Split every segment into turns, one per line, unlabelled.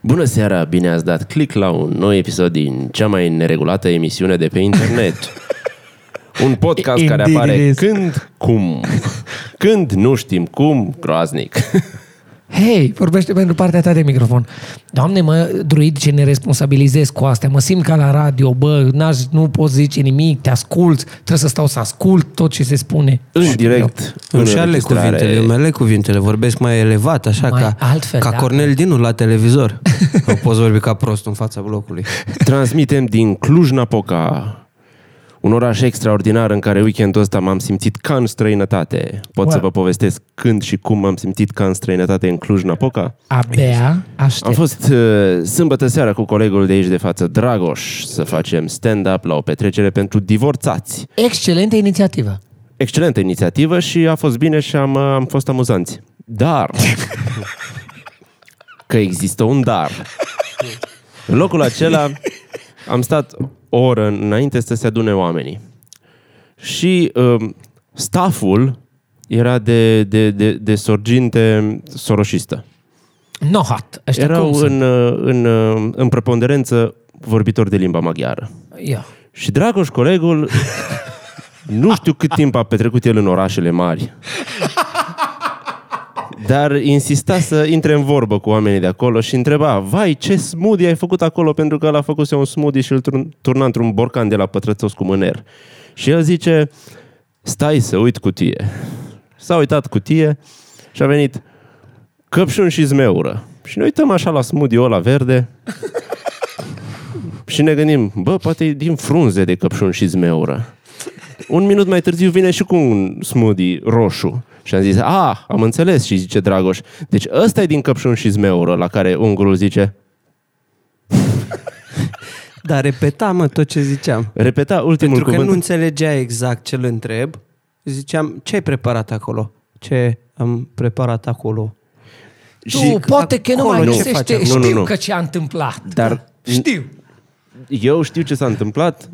Bună seara, bine ați dat click la un nou episod din cea mai neregulată emisiune de pe internet. Un podcast care
Indeed it
apare
is.
când, cum, când nu știm cum, groaznic.
Hei, vorbește pentru partea ta de microfon. Doamne, mă, druid, ce ne responsabilizez cu astea. Mă simt ca la radio, bă, n-aș, nu poți zice nimic, te ascult, trebuie să stau să ascult tot ce se spune.
În direct, în
Îmi ale cuvintele, îmi
înregistrare.
ale cuvintele, vorbesc mai elevat, așa
Mai
ca,
altfel,
ca
da.
Cornel Dinu la televizor. nu poți vorbi ca prost în fața blocului.
Transmitem din Cluj-Napoca, un oraș extraordinar în care weekendul ăsta m-am simțit ca în străinătate. Pot să
Wow.
vă povestesc când și cum m-am simțit ca în străinătate în Cluj-Napoca?
Abia
Am
aștept.
fost uh, sâmbătă seara cu colegul de aici de față, Dragoș, să facem stand-up la o petrecere pentru divorțați.
Excelentă inițiativă.
Excelentă inițiativă și a fost bine și am, uh, am fost amuzanți. Dar... că există un dar. În locul acela am stat o oră înainte să se adune oamenii. Și um, stafful era de, de, de, de sorginte soroșistă
No hot. Ăștia
erau
cum
în,
sunt?
uh, în, uh, în preponderență vorbitori de limba maghiară.
Ia.
Și Dragoș, colegul, nu știu cât timp a petrecut el în orașele mari, dar insista să intre în vorbă cu oamenii de acolo și întreba, vai, ce smoothie ai făcut acolo, pentru că l-a făcut un smoothie și îl turn- turna într-un borcan de la pătrățos cu mâner. Și el zice, stai să uit cutie. S-a uitat cutie și a venit căpșun și zmeură. Și ne uităm așa la smoothie-ul ăla verde și ne gândim, bă, poate e din frunze de căpșun și zmeură. Un minut mai târziu vine și cu un smoothie roșu. Și am zis, a, am înțeles, și zice Dragoș. Deci ăsta e din căpșun și zmeură, la care ungurul zice,
Dar repeta, mă, tot ce ziceam.
repeta ultimul
Pentru că
cuvânt.
nu înțelegea exact ce-l întreb, ziceam, ce ai preparat acolo? Ce am preparat acolo?
Și tu, poate că nu
acolo
mai
nu
găsește,
facem.
știu
Nu, nu, nu.
că ce a întâmplat.
Dar-
știu.
Eu știu ce s-a întâmplat,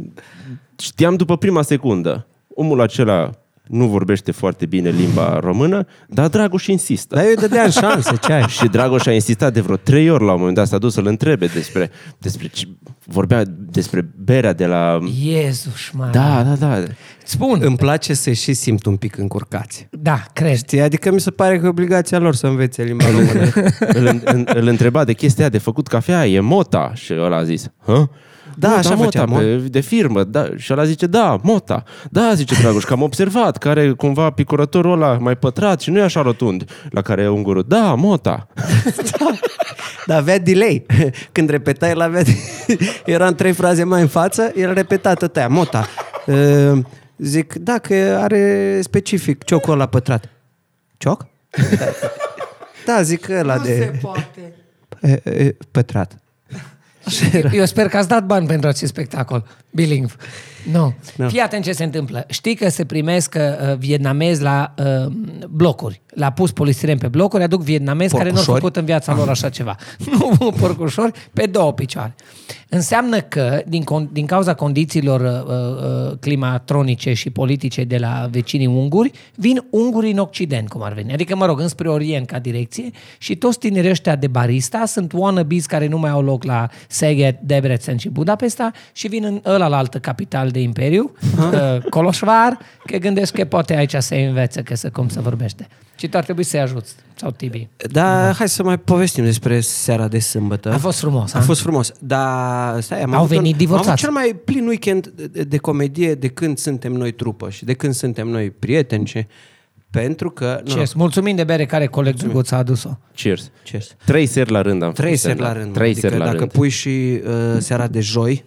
știam după prima secundă. Omul acela nu vorbește foarte bine limba română, dar Dragoș insistă.
Dar eu îi dădeam șanse, ce ai?
Și Dragoș a insistat de vreo trei ori la un moment dat, s-a dus să-l întrebe despre, despre ce, vorbea despre berea de la...
Iezus, mă.
Da, da, da.
Spun.
Îmi place să și simt un pic încurcați.
Da, cred.
Știi? Adică mi se pare că e obligația lor să învețe limba română.
Îl, îl, îl întreba de chestia aia de făcut cafea, e mota. Și ăla a zis, hă?
Da,
Nu,
așa
mota,
făceam, mă.
pe, de firmă. Da. Și ăla zice, da, mota. Da, zice Dragoș, că am observat, care cumva picurătorul ăla mai pătrat și nu e așa rotund. La care e ungurul, da, mota.
Dar avea delay. Când repeta, el avea... Era în trei fraze mai în față, el repeta tot aia, mota. Uh, Zic, da, că are specific ciocul ăla pătrat. Cioc? Da. Da, zic ăla de...
poate.
e, e, Pătrat.
Eu sper că ați dat bani pentru acest spectacol. Bilingv. Nu. No.
Da.
Fii atent ce se întâmplă. Știi că se primesc uh, vietnamezi la uh, blocuri. La pus polistiren pe blocuri, aduc vietnamezi care nu au
Porcușori?
făcut în viața lor așa ceva. Nu porcușori, pe două picioare. Înseamnă că, din, con- din cauza condițiilor uh, uh, climatronice și politice de la vecinii unguri, vin ungurii în Occident, cum ar veni. Adică, mă rog, înspre Orient ca direcție și toți tinerii ăștia de barista sunt wannabes care nu mai au loc la Szeged, Debrecen și Budapesta și vin în ălălaltă capital de imperiu, uh, Coloșvar, că gândesc că poate aici se învețe că să cum să vorbește. Și tu ar trebui să-i ajuți, sau Tibi.
Dar Da, hai să mai povestim despre seara de sâmbătă.
A fost frumos,
A
a?
fost frumos. Dar stai, am
Au
avut
venit
un,
divorțați.
Am avut cel mai plin weekend de, de comedie de când suntem noi trupă și de când suntem noi prieteni și pentru că...
Ce, mulțumim de bere care colegul Guț a adus-o.
Cheers.
Cheers.
Trei seri la rând am
Trei
făcut
seri la
stand-up.
rând.
Trei
adică
seri la
dacă
rând.
pui și uh, seara de joi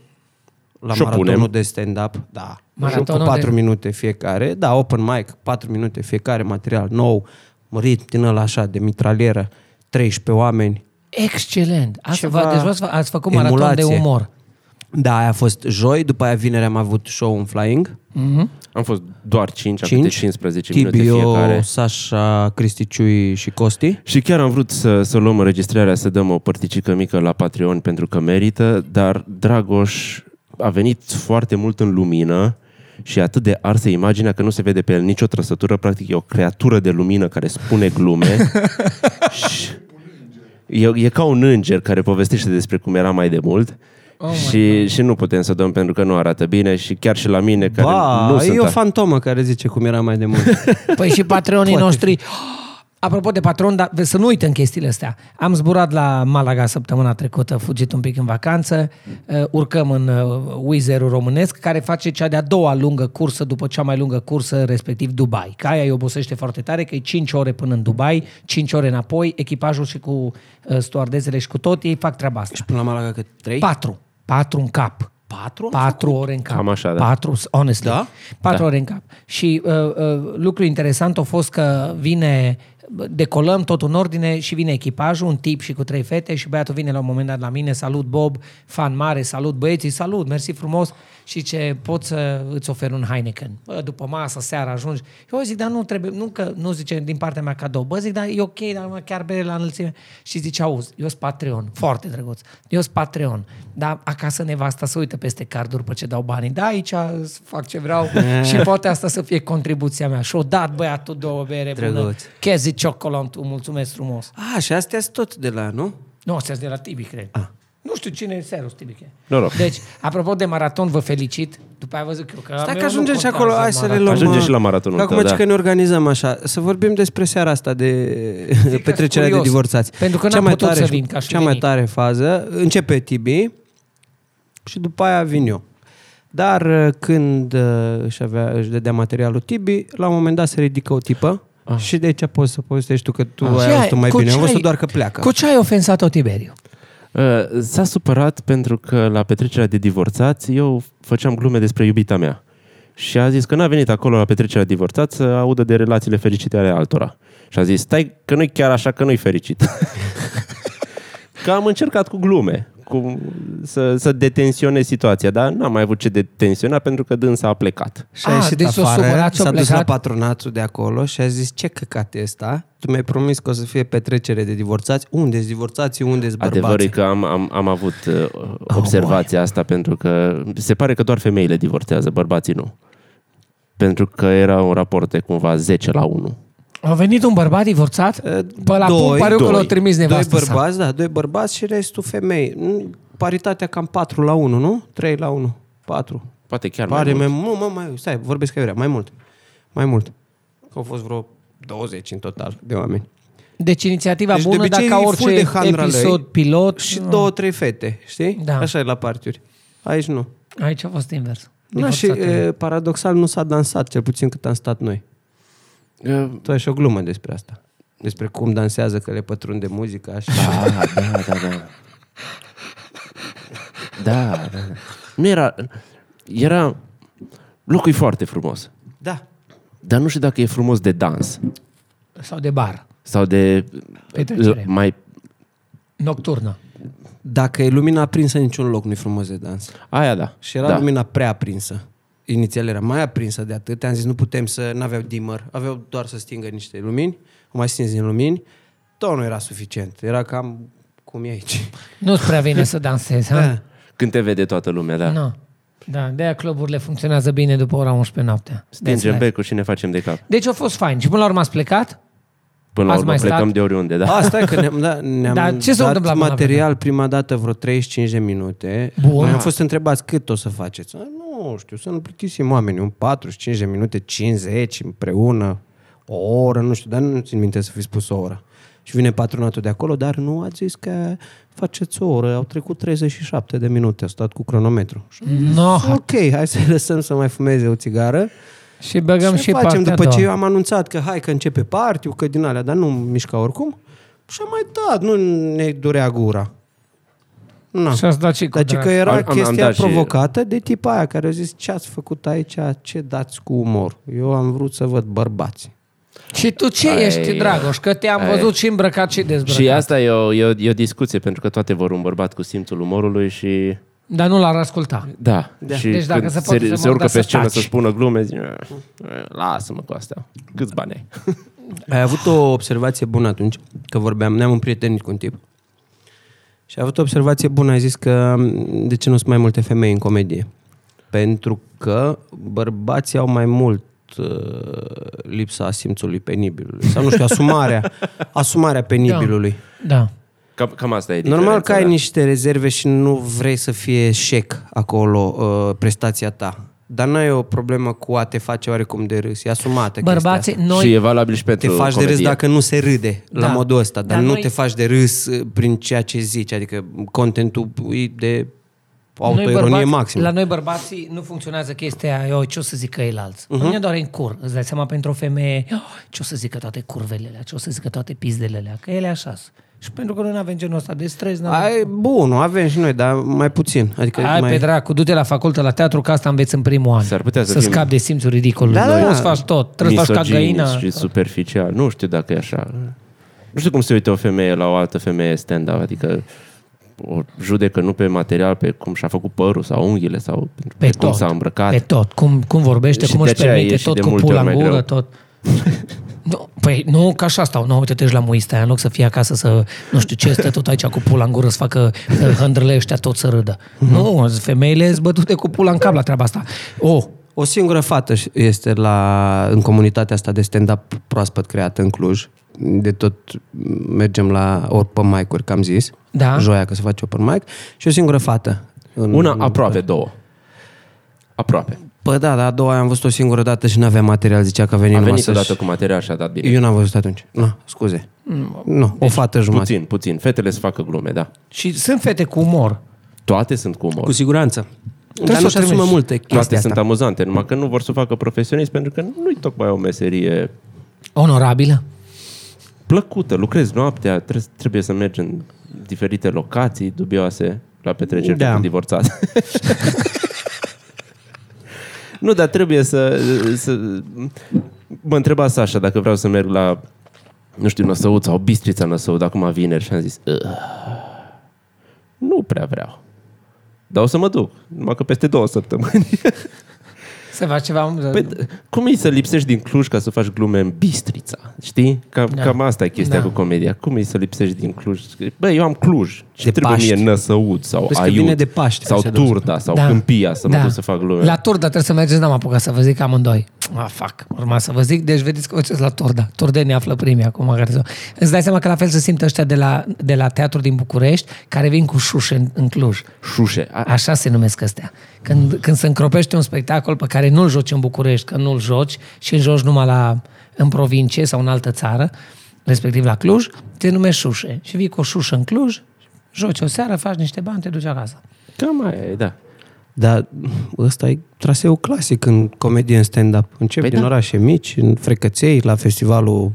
la
Și-o
maratonul
punem.
de stand-up, da.
Maratonul
Maratonul cu
de-
4 minute fiecare, da, open mic, 4 minute fiecare, material nou, ritm din ăla așa, de mitralieră, 13 oameni.
Excelent! Asta
Ceva
vă, deci v- ați făcut maraton
emulație.
de umor.
Da, aia a fost joi, după aia vineri am avut show în flying.
Am fost doar 5, 5?
5,
15 minute
Tibio,
fiecare.
Sasha, Cristi Ciui și Costi.
Și chiar am vrut să, să luăm înregistrarea, să dăm o părticică mică la Patreon pentru că merită, dar Dragoș a venit foarte mult în lumină și e atât de arsă imaginea că nu se vede pe el nicio trăsătură, practic e o creatură de lumină care spune glume. și, E, e ca un înger care povestește despre cum era mai de mult.
Oh
Oh
my
și, și nu putem să dăm pentru că nu arată bine și chiar și la mine care
Ba,
nu
e
sunt
o
a-
fantomă care zice cum era mai de mult.
Păi și patronii noștri... Apropo de patron, dar să nu uităm chestiile astea. Am zburat la Malaga săptămâna trecută, fugit un pic în vacanță, uh, urcăm în uh, wizz românesc, care face cea de-a doua lungă cursă după cea mai lungă cursă, respectiv Dubai. Că aia îi obosește foarte tare, că e 5 ore până în Dubai, 5 ore înapoi, echipajul și cu uh, stoardezele și cu tot, ei fac treaba asta.
Până la Malaga cât? Trei?
Patru. Patru în cap.
Patru?
Patru ore în cap.
Cam așa, da.
Patru, honestly.
Da?
Patru ore în cap. Și uh, uh, lucru interesant a fost că vine, decolăm tot în ordine și vine echipajul, un tip și cu trei fete și băiatul vine la un moment dat la mine, salut Bob, fan mare, salut băieții, salut, mersi frumos și ce pot să îți ofer un Heineken. Bă, după masă, seara ajungi. Eu zic, dar nu trebuie, nu că nu zice din partea mea cadou. Bă, zic, dar e ok, dar mă chiar bere la înălțime. Și zice, auzi, eu sunt Patreon, foarte drăguț, eu sunt Patreon, dar acasă nevasta să uită peste carduri după ce dau banii. Da, aici îți fac ce vreau și poate asta să fie contribuția mea. Și-o dat băiatul două bere bună.
Drăguț.
Chezi ciocolant, mulțumesc frumos.
A, și astea sunt tot de la, nu?
Nu, astea de la Tibi, cred.
Ah.
Nu știu cine e Serus Tibiche.
Noroc.
Deci, apropo de maraton, vă felicit. După aia vă zic eu că... meu
Stai că
nu
ajungem și
contează
acolo, hai să le
maraton.
luăm.
Ajungem
mă,
și la maratonul
Acum
tău,
zic
da.
că ne organizăm așa. Să vorbim despre seara asta de
sunt
petrecerea de
curios,
divorțați.
pentru că
Cea
n-am
mai
putut
tare
să
și-
vin, că aș fi
Cea mai
venit.
tare fază, începe Tibi și după aia vin eu. Dar când uh, își, avea, își dădea materialul Tibi, la un moment dat se ridică o tipă ah. și de aici poți să povestești tu că tu
Ce
ai auzit mai
Ah. cu
bine.
ce
Am văzut
ai-
doar că pleacă.
Cu ce ai ofensat-o, Tiberiu?
Uh, S-a supărat pentru că la petrecerea de divorțați eu făceam glume despre iubita mea. Și a zis că n-a venit acolo la petrecerea de divorțați să audă de relațiile fericite ale altora. Și a zis, stai că nu-i chiar așa, că nu-i fericit. că am încercat cu glume cu, să, să detensionez situația, dar n-am mai avut ce detensiona pentru că dânsa a plecat.
Și a
Ah,
ieșit
deci s-a
afară,
supărat și a
s-a dus
plecat.
la patronatul de acolo și a zis, ce căcat e ăsta? Tu mi-ai promis că o să fie petrecere de divorțați. Unde-s divorțații, unde-s
Adevărul e
bărbații?
că am, am, am avut uh, observația oh, asta pentru că se pare că doar femeile divorțează, bărbații nu. Pentru că era un raport de cumva 10 la 1.
A venit un bărbat divorțat? Pe la
Eh, doi,
pun pariu că
doi.
l-a trimis
Doi
nevastă sa.
bărbați, da, doi bărbați și restul femei. Mm, Paritatea cam 4 la 1, nu? 3 la 1, 4.
Poate chiar mai
Pare
mult.
mai mult, mai, mai, stai, vorbesc că vrea, mai mult. Mai mult. Că au fost vreo 20 în total de oameni.
Deci inițiativa
Deci, de
bună,
obicei,
dacă
e
orice
full de handra
episod
lui.
pilot...
Și două, trei fete, știi?
Ah. Da.
Așa e la partiuri. Aici nu.
Aici a fost invers.
Da, și
Divorțatele.
e, paradoxal nu s-a dansat, cel puțin cât am stat noi.
Uh,
Tu ai și o glumă despre asta. Despre cum dansează, că le pătrunde muzica și...
Da, da, da, da. Da, da, da. Nu era... Era... Locul e foarte frumos.
Da.
Dar nu știu dacă e frumos de dans.
eh, Sau de bar.
Sau de...
Petrecere.
l- mai...
Nocturnă.
Dacă e lumina aprinsă, niciun loc nu-i frumos de dans.
Aia da.
Și era da.
da.
lumina prea aprinsă. Inițial era mai aprinsă de atât. Am zis, nu putem să... N-aveau dimmer. Aveau doar să stingă niște lumini. Am mai stins din lumini. Tot nu era suficient. Era cam cum e aici.
Nu-ți prea vine să dansezi, ha?
Da.
Când te vede toată lumea, da.
Nu. Da, de-aia cluburile funcționează bine după ora 11 noaptea.
Stingem becul și ne facem de cap.
Deci a fost fain. Și până la urmă ați plecat?
Până la
Ați
urmă
mai
plecăm
stat?
de oriunde, da.
Asta e că ne-am, da, ne-am
Dar ce s-a
dat
întâmplat până la
material prima dată vreo 35 de minute.
Bun.
Noi am fost întrebați cât o să faceți. A, nu știu, să nu plictisim oamenii. Un 45 de minute, 50 împreună, o oră, nu știu, dar nu țin minte să fi spus o oră. Și vine patronatul de acolo, dar nu a zis că faceți o oră. Au trecut 37 de minute, a stat cu cronometru. Și am zis,
No.
Ok, hai să lăsăm să mai fumeze o țigară.
Și băgăm
Ce
și,
facem
partea
după
a doua.
ce eu am anunțat că hai că începe partiu, că din alea, dar nu mișca oricum? Și am mai dat, nu ne durea gura. Na.
Și ați dat și cu
Dar ce
drag.
că era
Am- am- am
chestia
dat și-
provocată de tipa aia care a zis ce ați făcut aici, ce dați cu umor. Eu am vrut să văd bărbați.
Și tu ce
Ai-
ești, Dragoș? Că te-am
ai-
văzut și îmbrăcat și dezbrăcat.
Și asta e o, e, o, e o discuție, pentru că toate vor un bărbat cu simțul umorului și...
Dar nu l-ar asculta.
Da. da. Și
Deci dacă
când
se poate să
se, urcă
mă rog,
pe
dar să
scenă să
taci.
spună glume, zic, "Eh, eh, lasă-mă cu asta. Câți bani ai?
Ai avut o observație bună atunci, că vorbeam, ne-am împrietenit cu un tip. Și a avut o observație bună, ai zis că m, de ce nu sunt mai multe femei în comedie? Pentru că bărbații au mai mult uh, lipsa simțului penibilului. Sau nu știu, asumarea, asumarea penibilului.
Da.
Cam, cam asta e diferența.
Normal că ai
da.
niște rezerve și nu vrei să fie șec acolo uh, prestația ta. Dar n-ai o problemă cu a te face oarecum de râs. E asumată chestia
Bărbații,
asta.
noi...
Și e valabil și
Te
pentru
faci de
comedie.
râs dacă nu se râde da. la
Da.
modul ăsta. Dar,
Dar
nu
noi-
te faci de râs uh, prin ceea ce zici. Adică contentul e de autoironie
bărbați-
maximă.
La noi bărbații nu funcționează chestia eu ce o să zică el alți.
Mhm.
Uh-huh. Nu doar în cur. Îți dai seama pentru o femeie "Oh, ce o să zică toate curvele alea, ce o să zică toate pizdelele alea, că ele așa sunt. Și pentru că noi nu avem genul ăsta de stres, nu avem...
Ai, bun, avem și noi, dar mai puțin. Adică
Ai
mai...
pe dracu, du-te la facultă, la teatru, că asta înveți în primul an.
S-ar putea să
să
fim-
scapi de simțul ridicolului.
Da, da, da.
Poți să faci tot. Trebuie să faci ca
misoginiți
găina.
și superficial. Nu știu dacă e așa. Nu știu cum se uită o femeie la o altă femeie stand-up, adică o judecă nu pe material, pe cum și-a făcut părul sau unghiile sau
Pe,
pe
tot.
cum s-a îmbrăcat.
Pe tot. Cum, cum vorbește,
Și
cum
de
își
aceea
permite,
e și
tot
de
cu
multe
pula
ori
în
mai
gură,
greu.
tot. Nu, păi nu, că așa stau. Nu, uite, te duci la muista aia, în loc să fie acasă să, nu știu ce, stă tot aici cu pula în gură să facă să hândrele ăștia tot să râdă.
Mhm.
Nu, femeile sunt bătute cu pula în cap la treaba asta. Oh,
O singură fată și- este la, în comunitatea asta de stand-up proaspăt creată în Cluj. De tot mergem la open mic-uri, că am zis.
Da.
Joia că se face open mic. Și o singură fată. În...
Una aproape, două. Aproape.
Păi da, dar a doua am văzut o singură dată și nu avea material. Zicea că a venit
A
numai
venit
să-și-
odată cu material și a dat bine.
Eu n-am văzut atunci. Nu, scuze. Nu, o fată jumătate.
Puțin, puțin. Fetele să facă glume, da.
și sunt fete cu umor.
Toate sunt cu umor.
Cu siguranță.
să
Dar
o
nu-și asumă
trimiți.
multe
Toate
chestia
sunt
asta.
amuzante, numai că nu vor să o facă profesionist pentru că nu-i tocmai o meserie
Onorabilă.
plăcută. Lucrezi noaptea, tre- trebuie să mergi în diferite locații dubioase la petreceri
Da.
da. divorțat. nu, dar trebuie să, să... Mă întreba Sasha dacă vreau să merg la, nu știu, Năsăud sau Bistrița Năsăud, acum vineri și am zis... "Ugh, Nu prea vreau. Dar o să mă duc, numai că peste două săptămâni.
Să faci ceva...
Păi, d- cum e să lipsești din Cluj ca să faci glume în Bistrița? Știi? Cam, da. cam asta e chestia
Da.
da. cu comedia. Cum e să lipsești din Cluj? Bă, eu am Cluj. Ce
De
trebuie
Paști.
mie Năsăud sau
Vezi că
Aiud
vine de Paști,
sau
așa de obicei.
Turda sau da. Câmpia să mă duc să fac glume.
La Turda trebuie să mergeți, n-am apucat să vă zic amândoi. Ah, fac, urma să vă zic, deci vedeți că mergeți la Turda. Turdenii află primii acum. Care s-o- Îți dai seama că la fel se simt ăștia de la, de la teatru din București, care vin cu șușe în, în Cluj.
Șușe. A,
Așa se numesc ăstea. Când, când se încropește un spectacol pe care nu-l joci în București, că nu-l joci și îl joci numai la, în provincie sau în altă țară, respectiv la Cluj, te numești șușe. Și vii cu o șușă în Cluj, joci o seară, faci niște bani, te duci acasă.
cam aia e, da.
Dar ăsta e traseul clasic în comedie, în stand-up. Încep păi din da. orașe mici, în frecăței, la festivalul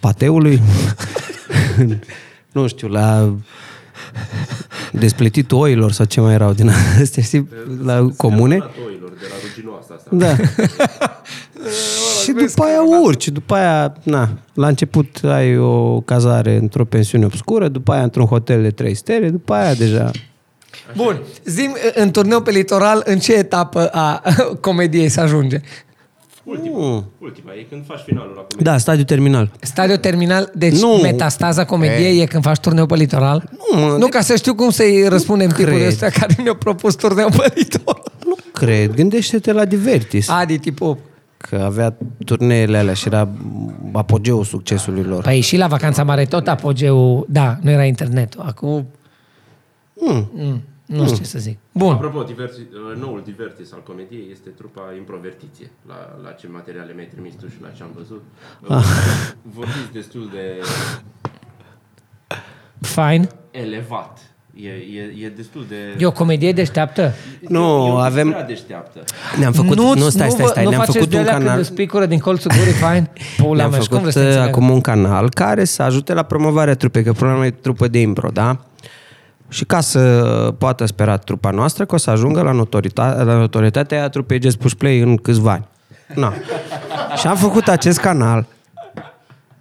Pateului, nu știu, la despletitul oilor sau ce mai erau din astea, știi, la comune. Da. și după aia urci, după aia, na, la început ai o cazare într-o pensiune obscură, după aia într-un hotel de trei stele, după aia deja...
Bun, zim în turneu pe litoral în ce etapă a comediei se ajunge?
Mm.
Ultima e când faci finalul la comedie.
Da, stadiu terminal.
Stadiu terminal, deci nu.
Nu.
metastaza comediei e. e când faci turneu pe litoral?
Nu, mă,
nu ca să știu cum să-i răspundem tipul
cred.
ăsta care ne-a propus turneu pe litoral.
Nu cred, gândește-te la Divertis. A-
Adi, tipul.
că avea turneele alea și era apogeul succesului lor.
Păi și la vacanța mare tot apogeul, da, nu era internet. Acum,
Mm.
mm, nu știu ce să zic. Bun,
Apropo, diversi, noul divertis al comediei este trupa Improvertiție, la, la ce materiale mi-ai trimis tu și la ce am văzut. Ah. Vorbiți destul de
fine.
elevat. E, e, e destul de...
E o comedie deșteaptă?
Nu,
e o
avem-
prea deșteaptă.
Ne-am făcut, nu, nu stai,
vă-
stai, stai,
nu
ne-am
faceți
făcut
de
un
alea când
canal.
îți picură din colțul gurii, fine? Pula
Ne-am
mea, și cum vreți
făcut
să te
uh,
înțeleagă?
acum un canal care să ajute la promovarea trupei, că problema e trupă de impro, da? Și ca să poată spera trupa noastră că o să ajungă la, notorita- la notorietatea trupei Just Push Play în câțiva ani. Na. Și am făcut acest canal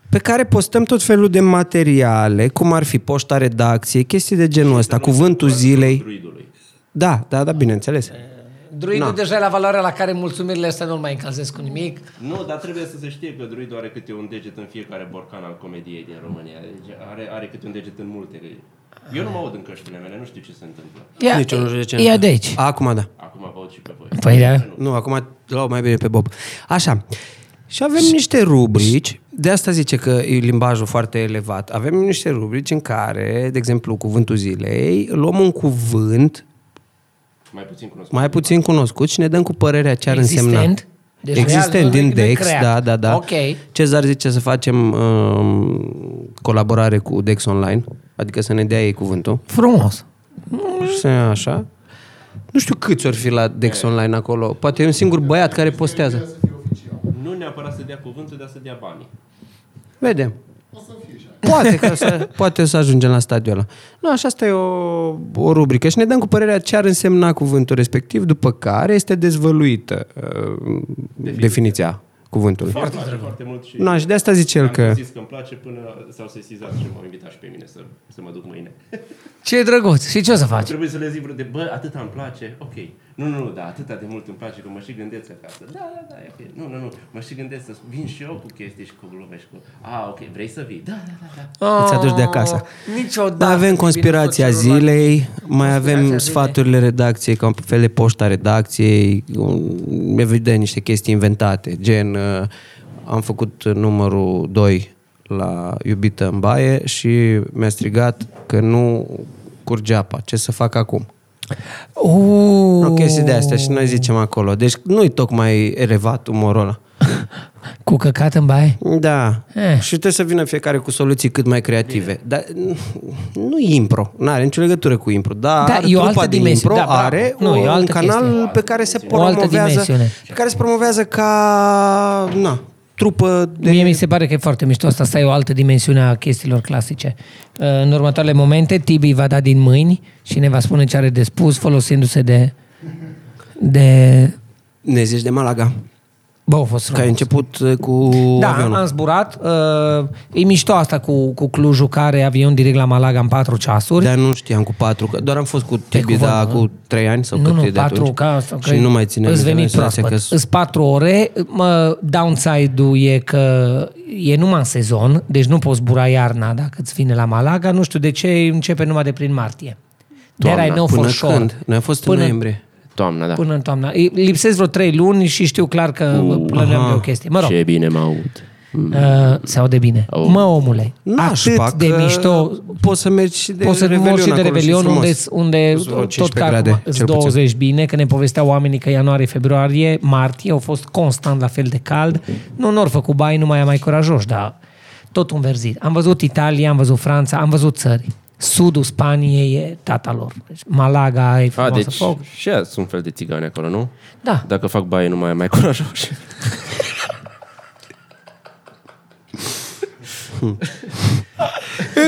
pe care postăm tot felul de materiale, cum ar fi poșta redacției, chestii de genul ăsta, cuvântul zilei.
Druidului.
Da, da, da, bineînțeles.
Druidul no. deja e la valoarea la care mulțumirile astea nu-l mai încălzesc cu nimic.
Nu, dar trebuie să se știe că druidul are câte un deget în fiecare borcan al comediei din România. Deci are, are câte un deget în multe. Eu nu mă aud în căștile mele, nu știu ce se întâmplă.
Ia,
Nici eu nu știu de ce.
ia de aici.
Acum da.
Acum vă aud și pe voi.
Păi da.
Nu, acum luau mai bine pe Bob. Așa. Și avem niște rubrici de asta zice că e limbajul foarte elevat. Avem niște rubrici în care, de exemplu, cuvântul zilei, luăm un cuvânt
Mai puțin cunoscut.
mai puțin cunoscut și ne dăm cu părerea ce ar
Existent?
însemna.
Deci real,
Existent
nu-
din
nu-i
Dex,
creat.
da, da, da.
Ok.
Cezar zice să facem um, colaborare cu Dex Online, adică să ne dea ei cuvântul.
Frumos.
Și să- așa. Nu știu câți ori fi la Dex Online acolo. Poate e un singur băiat care postează.
Nu neapărat să dea cuvântul, dar să dea banii.
Vedem. Poate, că o să, poate o să ajungem la stadiul ăla. Nu, așa asta e o, o rubrică și ne dăm cu părerea ce ar însemna cuvântul respectiv, după care este dezvăluită uh, definiția. definiția cuvântului.
Foarte, foarte, foarte mult și...
Nu, și de asta zice el
Am
că...
zis că îmi place până s-au sesizat și m-au invitat și pe mine să, să mă duc mâine.
Ce drăguț. Și ce o să faci?
Trebuie să le zic vreo de, bă, atâta îmi place, ok. Nu, nu, nu, da, atâta de mult îmi place că mă și gândesc acasă. Da, da, da, e ok. Nu, nu, nu, mă și gândesc să vin și eu cu chestii și cu glume și cu... A, ok, vrei să vii? Da, da, da, da.
Îți aduci de acasă.
Oh, Niciodată.
Mai avem conspirația zilei, mai avem
zilei.
sfaturile redacției, ca un fel de poșta redacției, un- evident niște chestii inventate, gen uh, am făcut numărul 2 la iubită în baie și mi-a strigat că nu curge apa. Ce să fac acum?
Uuu.
O chestie de astea și noi zicem acolo. Deci nu-i tocmai elevat umorul ăla.
Cu căcat în baie?
Da.
Eh.
Eh. Și trebuie să vină fiecare cu soluții cât mai creative. Dar mm, nu impro. Nu are nicio legătură cu impro. Dar
Da,
da,
e o altă
trupa de
dimensiune.
impro
Da, bravo.
are
Nu,
un,
e o
un
altă
canal
chestie.
pe care se
O altă
promovează,
dimensiune.
pe care se promovează ca na, trupă de...
De... Mie mi se pare că e foarte mișto asta, asta e o altă dimensiune a chestiilor clasice. Uh, În următoarele momente, Tibi va da din mâini și ne va spune ce are de spus folosindu-se de... de...
Ne zici de Malaga.
Bă, a fost
Că ai
frumos.
început uh, cu
Da, am,
avionul.
am zburat. Uh, e mișto asta cu, cu Clujul, care avion direct la Malaga în patru ceasuri.
Dar nu știam cu patru, că doar am fost cu Tibi,
cuvânt,
da,
nu?
cu trei ani sau
nu,
cât
nu,
e de
patru,
atunci.
Ca, sau
și nu mai ținem
Îți
minte,
veni
mi se
proaspăt.
că
Că... Îți patru ore. Mă, downside-ul e că e numai în sezon, deci nu poți zbura iarna dacă îți vine la Malaga. Nu știu de ce începe numai de prin martie. There I
Toamna.
know for
Până
sure.
când? Noi am fost în
Până-
noiembrie.
Toamna, da.
Până în toamna. Îi Lipsesc vreo trei luni și știu clar că plăneam de o chestie. Mă rog,
Ce bine mă aud.
uh, se aude bine.
Oh.
Mă, omule,
Nașpa,
atât de
că
mișto
Poți să mergi și de
Poți să
Revelion
mor și de
acolo
Revelion,
frumos.
unde, unde
Sunt vreo
tot
15
ca
grade,
acum,
cel
sunt
puțin.
20 bine, că ne povesteau oamenii că ianuarie, februarie, martie au fost constant la fel de cald. Nu, nu ori făcut bai, nu mai mai curajoși, dar tot un verzit. Am văzut Italia, am văzut Franța, am văzut țări. Sudul Spaniei e tata lor. Deci Malaga e
A,
frumoasă
deci
foc.
și aia sunt fel de țigani acolo, nu?
Da.
Dacă fac baie, nu mai e mai curajoși.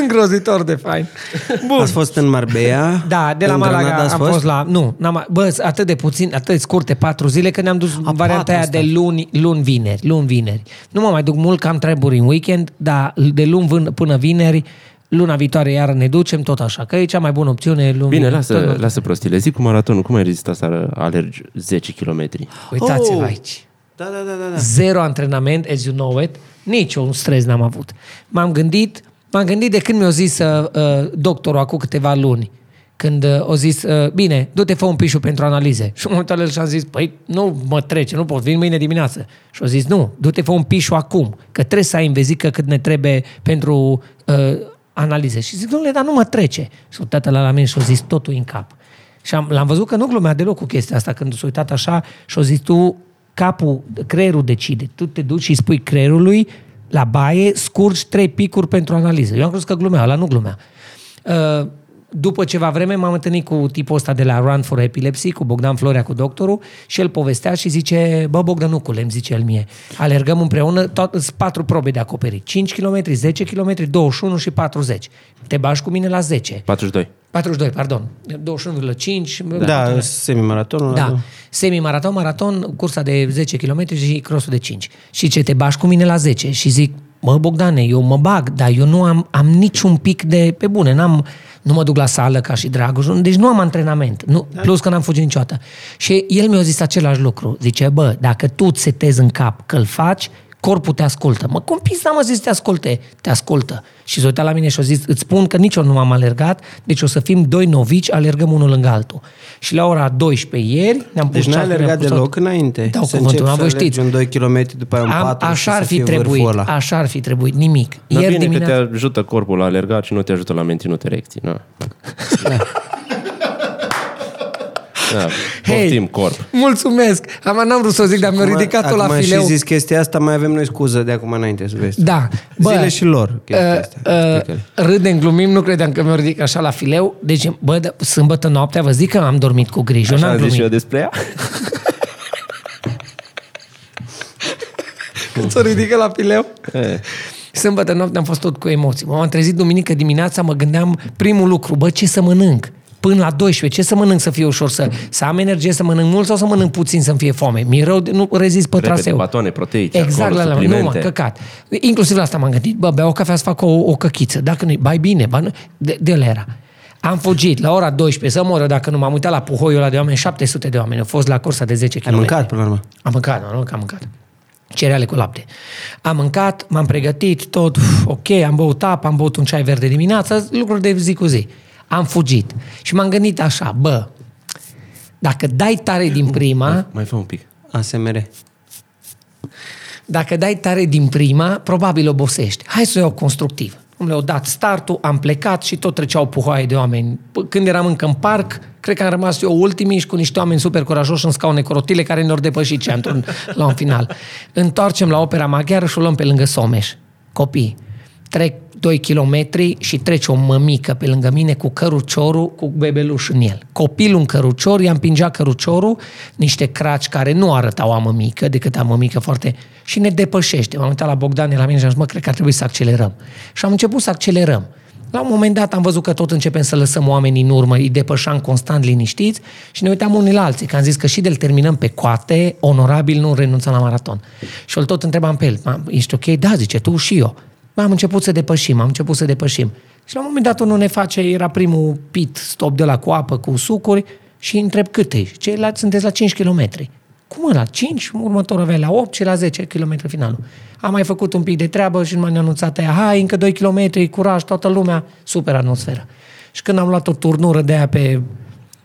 Îngrozitor de fain.
Ați fost în Marbella?
Da, de la
în
Malaga
Granada
am
ați
fost? fost la... Nu, n-am, mai- bă, sunt atât de puțin, atât de scurte, patru zile, că ne-am dus în varianta
patru
aia de
stai.
luni, luni, vineri, luni, vineri. Nu mă mai duc mult, că am treburi în weekend, dar de luni vân- până vineri, luna viitoare iară ne ducem, tot așa. Că e cea mai bună opțiune luni
Bine,
vineri, tot
lasă,
noi-
lasă prostile. Zic cu maratonul, cum ai rezistat să alergi 10 km?
Uitați-vă
Oh!
aici.
Da, da, da, da. da.
Zero antrenament, as you know it. Nici un stres n-am avut. M-am gândit, m-am gândit de când mi-a zis uh, uh, doctorul acum câteva luni, când uh, o zis, uh, bine, du-te, fă un pișu pentru analize. Și în momentul ăla și-am zis, păi, nu mă trece, nu pot, vin mâine dimineață. Și au zis, nu, du-te, fă un pișu acum, că trebuie să ai în vezică cât ne trebuie pentru uh, analize. Și zic, domnule, dar nu mă trece. Și s-a uitat la, la mine și a zis, totul în cap. Și am, l-am văzut că nu glumea deloc cu chestia asta, când s-a uitat așa și a zis, tu capul, creierul decide. Tu te duci și îi spui creierului la baie, scurgi trei picuri pentru analiză. Eu am crezut că glumea, ăla nu glumea. Uh, După ceva vreme m-am întâlnit cu tipul ăsta de la Run for Epilepsy, cu Bogdan Florea, cu doctorul, și el povestea și zice, bă, Bogdanucule, îmi zice el mie, alergăm împreună, tot, sunt patru probe de acoperit, 5 km, 10 km, 21 și 40. Te bași cu mine la 10.
42.
42, pardon, 21,5.
Da, Deci semimaratonul.
Da. Semi-maraton, maraton, cursa de 10 km și crossul de 5. Și ce, te bași cu mine la 10 și zic, mă, Bogdane, eu mă bag, dar eu nu am, am niciun pic de pe bune, n-am, nu mă duc la sală ca și Dragoș, deci nu am antrenament, nu,
Da.
plus că n-am fugit niciodată. Și el mi-a zis același lucru, zice, bă, dacă tu ți setezi în cap că-l faci, corpul te ascultă. Mă, cum pizda mă zis te asculte? Te ascultă. Și s-a uitat la mine și a zis, îți spun că nici eu nu m-am alergat, deci o să fim doi novici, alergăm unul lângă altul. Și la ora 12 ieri ne-am pus ceasul,
Deci n-ai
ne-am
alergat
pus
deloc
tot-
înainte.
Dau
să
cuvântul,
începi
am
să
vă
alergi
știți.
un 2 km, după aia un 4
așa ar fi trebuit,
Ăla. Da,
așa ar fi trebuit, nimic.
Dar
Ieri
bine
dimineața,
că te ajută corpul la alergat și nu te ajută la menținut erecții. Na. da. Poftim corp.
Mulțumesc! Am, n-am vrut să o zic, dar mi-a
Acum-
ridicat-o la
acum
fileu.
și zis chestia asta, mai avem noi scuză de acum înainte să vezi.
Da.
Zile și lor chestia
Uh,
asta.
uh, râdem, glumim, nu credeam că mi-o ridic așa la fileu. Deci, bă, de, sâmbătă noaptea vă zic că am dormit cu grijă,
Așa
n-am
am zis
glumit.
și eu despre ea.
Când s-o ridică la fileu.
E.
Sâmbătă noapte am fost tot cu emoții. M-am trezit duminică dimineața, mă gândeam primul lucru, bă, ce să mănânc? Până la 12, ce să mănânc să fie ușor? Să, să am energie să mănânc mult sau să mănânc puțin să-mi fie foame? Mi-e rău, de- nu rezist pe
Repede,
traseu.
batoane proteice,
Exact,
acolo,
la, la, nu,
suplimente.
mă, căcat. Inclusiv la asta m-am gândit. Bă, bea o cafea să fac o, o căchiță. Dacă nu bai bine, ba, nu, de, de la era. Am fugit la ora 12 să moră dacă nu m-am uitat la puhoiul ăla de oameni, 700 de oameni. Au fost la cursa de 10 km.
Ai mâncat până la urmă.
Am mâncat, da, am mâncat, am mâncat. Cereale cu lapte. Am mâncat, m-am pregătit, tot uf, ok, am băut apă, am băut un ceai verde dimineața, lucruri de zi cu zi. Am fugit. Și m-am gândit așa, bă, dacă dai tare din prima,
Mai fă un pic.
ASMR.
dacă dai tare din prima, probabil obosești. Hai să o iau constructiv. Cum le-au dat startul, am plecat și tot treceau puhoaie de oameni. P- Când eram încă în parc, cred că am rămas eu ultimii și cu niște oameni super curajoși în scaune cu rotile care ne-au depășit cea într-un, la un final. Întoarcem la opera maghiară și o luăm pe lângă Someș. Copii, trec 2 km și trece o mămică pe lângă mine cu căruciorul, cu bebeluș în el. Copilul în cărucior, i-a împingea căruciorul, niște craci care nu arătau a mămică, decât a mămică foarte... Și ne depășește. M-am uitat la Bogdan, la mine și am zis, mă, cred că ar trebui să accelerăm. Și am început să accelerăm. La un moment dat am văzut că tot începem să lăsăm oamenii în urmă, îi depășam constant liniștiți și ne uitam unii la alții, că am zis că și de-l terminăm pe coate, onorabil, nu renunțăm la maraton. Și îl tot întrebam pe el, "Ma, ești ok? Da, zice, tu și eu. Bă, am început să depășim, am început să depășim. Și la un moment dat unul ne face, era primul pit stop de la cu apă, cu sucuri și îi întreb cât ești. Ceilalți sunteți la 5 km. Cum mă, la 5? Următorul avea la 8 și la 10 km finalul. Am mai făcut un pic de treabă și m-a anunțat aia, hai, încă 2 km, curaj, toată lumea, super atmosferă. Și când am luat o turnură de aia pe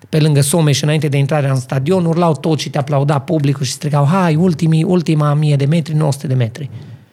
pe lângă Some și înainte de intrarea în stadion, urlau tot și te aplauda publicul și strigau, hai, ultimii, ultima mie de metri, 900 de metri.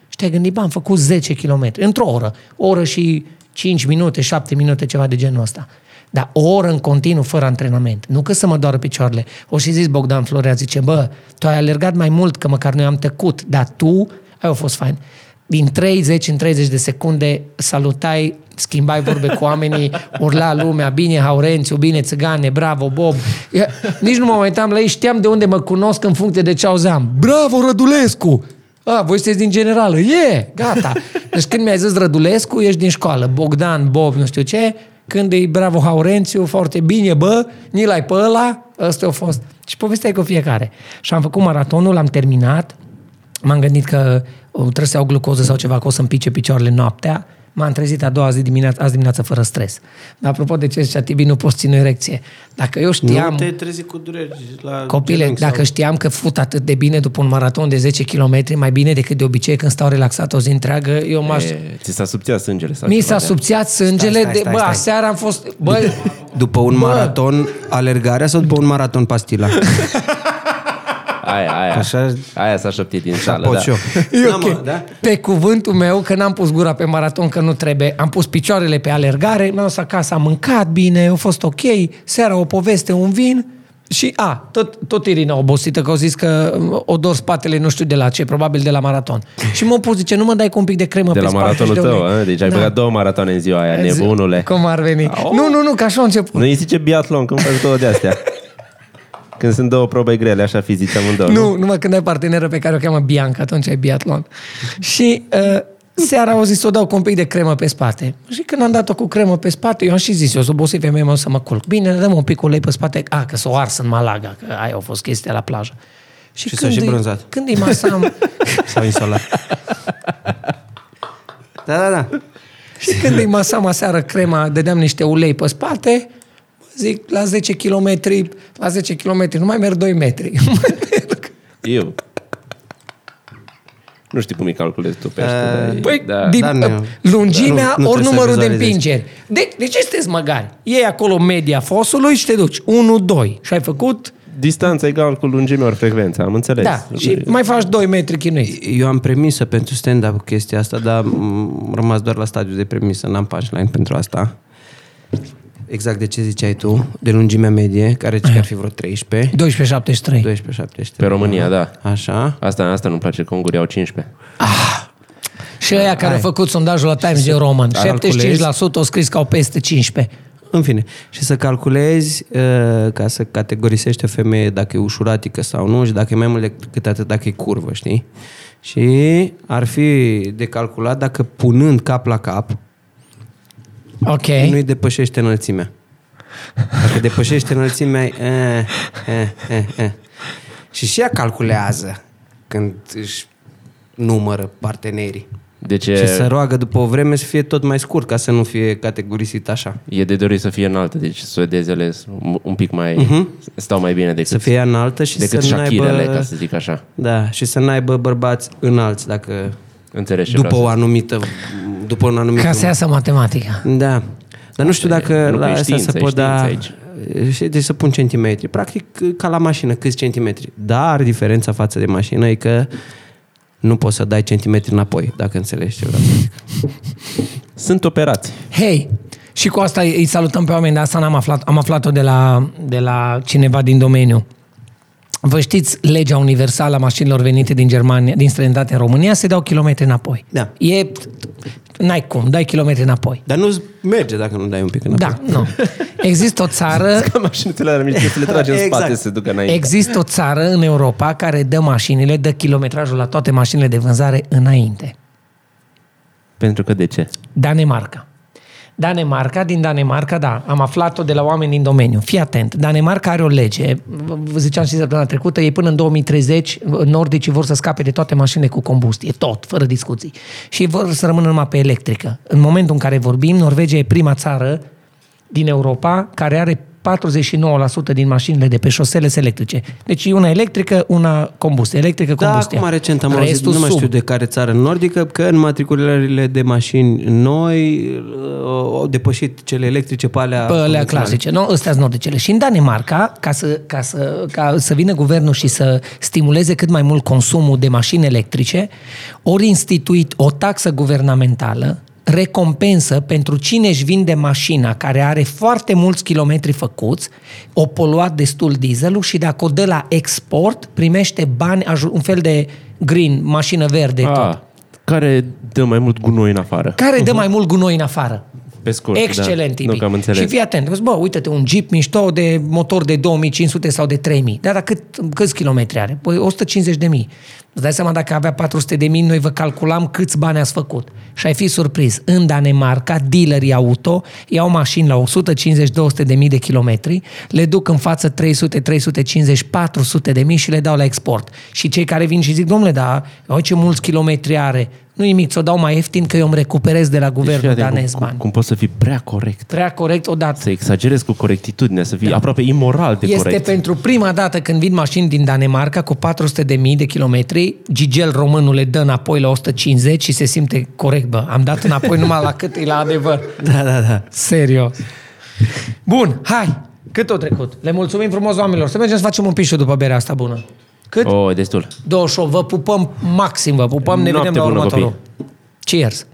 Și te-ai gândit, bă, am făcut 10 km, într-o oră, o oră și 5 minute, 7 minute, ceva de genul ăsta. Dar o oră în continuu, fără antrenament. Nu că să mă doară picioarele. O și zis Bogdan Florea, zice, bă, tu ai alergat mai mult, că măcar noi am tăcut, dar tu, ai, au fost fain din 30 în 30 de secunde salutai, schimbai vorbe cu oamenii, urla lumea, bine Haurențiu, bine Țigane, bravo Bob. Eu, nici nu mă mai uitam la ei, știam de unde mă cunosc în funcție de ce auzeam. Bravo Rădulescu! A, voi sunteți din generală. E, yeah, gata. Deci când mi-ai zis Rădulescu, ești din școală. Bogdan, Bob, nu știu ce. Când e bravo Haurențiu, foarte bine, bă, ni l-ai pe ăla. Ăsta a fost. Și povestea e cu fiecare. Și am făcut maratonul, am terminat. M-am gândit că uh, trebuie să iau glucoză sau ceva, că o să-mi pice picioarele noaptea. M-am trezit a doua zi dimineața, azi dimineață fără stres. Dar apropo de ce zicea Tibi, nu poți ține o erecție. Dacă eu știam...
Nu te trezi cu dureri la
Copile,
genunchi
dacă
sau-
știam că fut atât de bine după un maraton de 10 km, mai bine decât de obicei când stau relaxat o zi întreagă, eu m-aș...
E, Eh, ți s-a subțiat sângele. Sau
Mi
ceva
s-a
de-
subțiat sângele
Stai, stai,
de...
stai,
Bă,
stai.
aseară am fost... Bă,
După un maraton alergarea sau după un maraton pastila?
Aia, aia.
Așa-
Aia s-a șoptit din sală,
Pot
da.
și eu.
E
Da,
ok.
mă, da?
Pe cuvântul meu, că n-am pus gura pe maraton, că nu trebuie, am pus picioarele pe alergare, m-am dus acasă, am mâncat bine, a fost ok, seara o poveste, un vin și, a, tot, tot Irina obosită că au zis că um, o dor spatele nu știu de la ce, probabil de la maraton. Și m-a pus, zice, nu mă dai cu un pic de cremă
De
pe
la
spate și
maratonul
de
tău,
ulei.
a? deci ai
Da. Exact.
băgat două maratoane în ziua aia,
Zi-
nebunule.
Cum ar veni?
Au.
Nu, nu, nu, că așa a început.
Nu îi zice biatlon când faci două de-astea. Când sunt două probe grele, așa fizice amândouă.
Nu, numai când ai parteneră pe care o cheamă Bianca, atunci ai biatlon. Și uh, seara au zis să o dau cu un pic de cremă pe spate. Și când am dat-o cu cremă pe spate, eu am și zis, eu sunt obosit pe mine, mă duc să mă culc. Bine, dăm un pic ulei pe spate, a, că s-o ars în Malaga, că aia au fost chestia la plajă.
Și s-a și
când îi-
bronzat.
Când îi masam,
Sau insolat? Da, da, da.
și când îi masam aseară crema, dădeam niște ulei pe spate, zic, la 10 km, la 10 km, nu mai merg 2 metri. Mai merg
Eu. Nu știu cum îi calculezi tu pe asta, dar e-
Păi,
da.
da, din
da, nu.
lungimea
Nu- nu
ori
trebuie să
numărul de
vizualizezi.
împingeri. De, de ce sunteți măgari? Iei acolo media fosului și te duci. 1, 2. Și ai făcut...
Distanța egal cu lungimea ori frecvența, am înțeles.
Da. Și mai faci 2 metri chinuiți.
Eu am premisă pentru stand-up chestia asta, dar am rămas doar la stadiu de premisă, n-am punchline pentru asta. Exact de ce ziceai tu, de lungimea medie, care zici că ar fi vreo 13,
12,73.
12, 17.
Pe România, da.
Așa.
Asta, asta nu-mi place, că ungurii au 15.
Și ăia care au făcut sondajul la Times New Roman, 75% au scris că au peste 15.
În fine, și să calculezi uh, ca să categorisești o femeie dacă e ușuratică sau nu și dacă e mai mult decât atât, dacă e curvă, știi? Și ar fi de calculat dacă punând cap la cap,
Ok.
nu-i depășește înălțimea. Dacă depășește înălțimea, e, e, e, e. Și și ea calculează când își numără partenerii.
Deci
E... Și să
e,
roagă după o vreme să fie tot mai scurt, ca să nu fie categorisit așa.
e de dorit să fie înaltă, deci suedezele sunt un- un pic mai... Stau mai bine decât,
Să fie ea înaltă și
decât
să
șachirele,
n-aibă...
ca să zic așa.
Da, și să n-aibă bărbați înalți dacă
Înțelegi ce
după
vreau
o anumită după un anumit
Ca să iasă matematica.
Da. Dar nu știu
e- nu,
dacă
că
la
e
asta
știință,
se
e
pot da...
știință
Și Deci să pun centimetri. Practic, ca la mașină, câți centimetri. Dar diferența față de mașină e că nu poți să dai centimetri înapoi, dacă înțelegi ce vreau. să zic.
să- Sunt operați.
Hei, și cu asta îi salutăm pe oameni, dar asta n-am aflat. Am aflat-o de la, de la cineva din domeniu. Vă știți, legea universală a mașinilor venite din Germania, din străinătate în România, se dau kilometri înapoi.
Da.
E, n-ai cum, dai kilometri înapoi.
Dar nu merge dacă nu dai un pic înapoi.
Da, nu. Există o țară
Ca mașinile alea mici, se le trage în
Exact.
spate să se ducă înainte.
Există o țară în Europa care dă mașinile, dă kilometrajul la toate mașinile de vânzare înainte.
Pentru că de ce?
Danemarca. Danemarca, din Danemarca, da, am aflat-o de la oameni din domeniu. Fii atent, Danemarca are o lege, v- vă ziceam și săptămâna trecută, ei până în 2030, nordicii vor să scape de toate mașinile cu combustie, tot, fără discuții. Și vor să rămână numai pe electrică. În momentul în care vorbim, Norvegia e prima țară din Europa care are 49% din mașinile de pe șosele sunt electrice. Deci e una electrică, una combustie. Electrică,
Da,
combustie.
acum recent am auzit,
Restul
nu mai
sub.
știu de care țară nordică, că în matriculările de mașini noi uh, au depășit cele electrice pe alea,
Pe alea
convenționale.
clasice, nu? Ăstea sunt nordicele. Și în Danemarca, ca să, ca, să, ca să vină guvernul și să stimuleze cât mai mult consumul de mașini electrice, ori instituit o taxă guvernamentală, recompensă pentru cine își vinde mașina care are foarte mulți kilometri făcuți, o poluat destul dieselul și dacă o dă la export, primește bani, aj- un fel de green, mașină verde, tot.
A, Ah, care dă mai mult gunoi în afară.
care dă mai mult gunoi în afară.
Pe scurt,
Excelent,
da.
tipic.
Nu că am înțeles.
Și fii atent. Zic, Bă, uite-te, un Jeep mișto de motor de 2500 sau de 3000. Dar, dar cât, câți kilometri are? Păi 150 de mii. Îți dai seama dacă avea 400 de mii, noi vă calculam câți bani ați făcut. Și ai fi surprins. În Danemarca, dealerii auto iau mașini la 150-200 de mii de kilometri, le duc în față 300, 350, 400 de mii și le dau la export. Și cei care vin și zic, domnule, dar uite ce mulți kilometri are. Nu nimic, ți-o dau mai ieftin că eu îmi recuperez de la
Deci, fii
guvernul
atent cum-
danez
cum,
bani
cum poți să fii prea corect?
prea corect odată.
Să exagerezi cu corectitudinea, să fii aproape imoral de
Da. Este
corect.
pentru prima dată când vin mașini din Danemarca cu 400 de mii de kilometri, Gigel românul le dă înapoi la 150 și se simte corect, bă, am dat înapoi numai la cât e la adevăr.
Da, da, da.
Serios. Bun, hai, cât o trecut? Le mulțumim frumos oamenilor. Să mergem să facem un pișu după berea asta bună. Cât?
O, oh, destul.
28, vă pupăm maxim, vă pupăm, ne
Noapte
vedem la
bună,
următorul.
copii.
Cheers!